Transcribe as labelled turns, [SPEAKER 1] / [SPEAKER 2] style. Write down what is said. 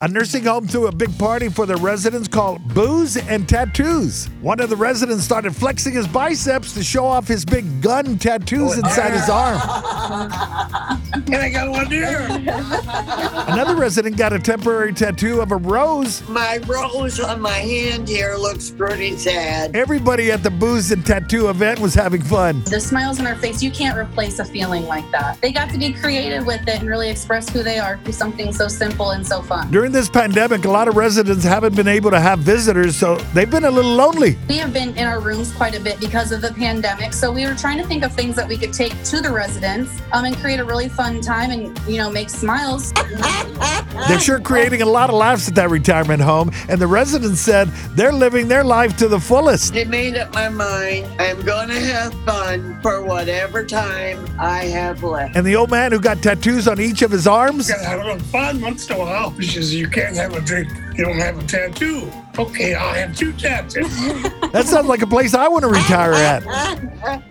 [SPEAKER 1] A nursing home threw a big party for their residents called Booze and Tattoos. One of the residents started flexing his biceps to show off his big gun tattoos inside his arm.
[SPEAKER 2] And I got one here.
[SPEAKER 1] Another resident got a temporary tattoo of a rose.
[SPEAKER 2] My rose on my hand here looks pretty sad.
[SPEAKER 1] Everybody at the Booze and Tattoo event was having fun.
[SPEAKER 3] The smiles on our face, you can't replace a feeling like that. They got to be creative with it and really express who they are through something so simple and so fun.
[SPEAKER 1] During this pandemic, a lot of residents haven't been able to have visitors, so they've been a little lonely.
[SPEAKER 3] We have been in our rooms quite a bit because of the pandemic, so we were trying to think of things that we could take to the residents um, and create a really fun time and, you know, make smiles.
[SPEAKER 1] They're sure creating a lot of laughs at that retirement home, and the residents said they're living their life to the fullest.
[SPEAKER 2] I made up my mind. I'm going to have fun for whatever time I have left.
[SPEAKER 1] And the old man who got tattoos on each of his arms,
[SPEAKER 4] gotta have a little fun once in a while. She says, You can't have a drink, you don't have a tattoo. Okay, I'll have two tattoos.
[SPEAKER 1] that sounds like a place I want to retire at.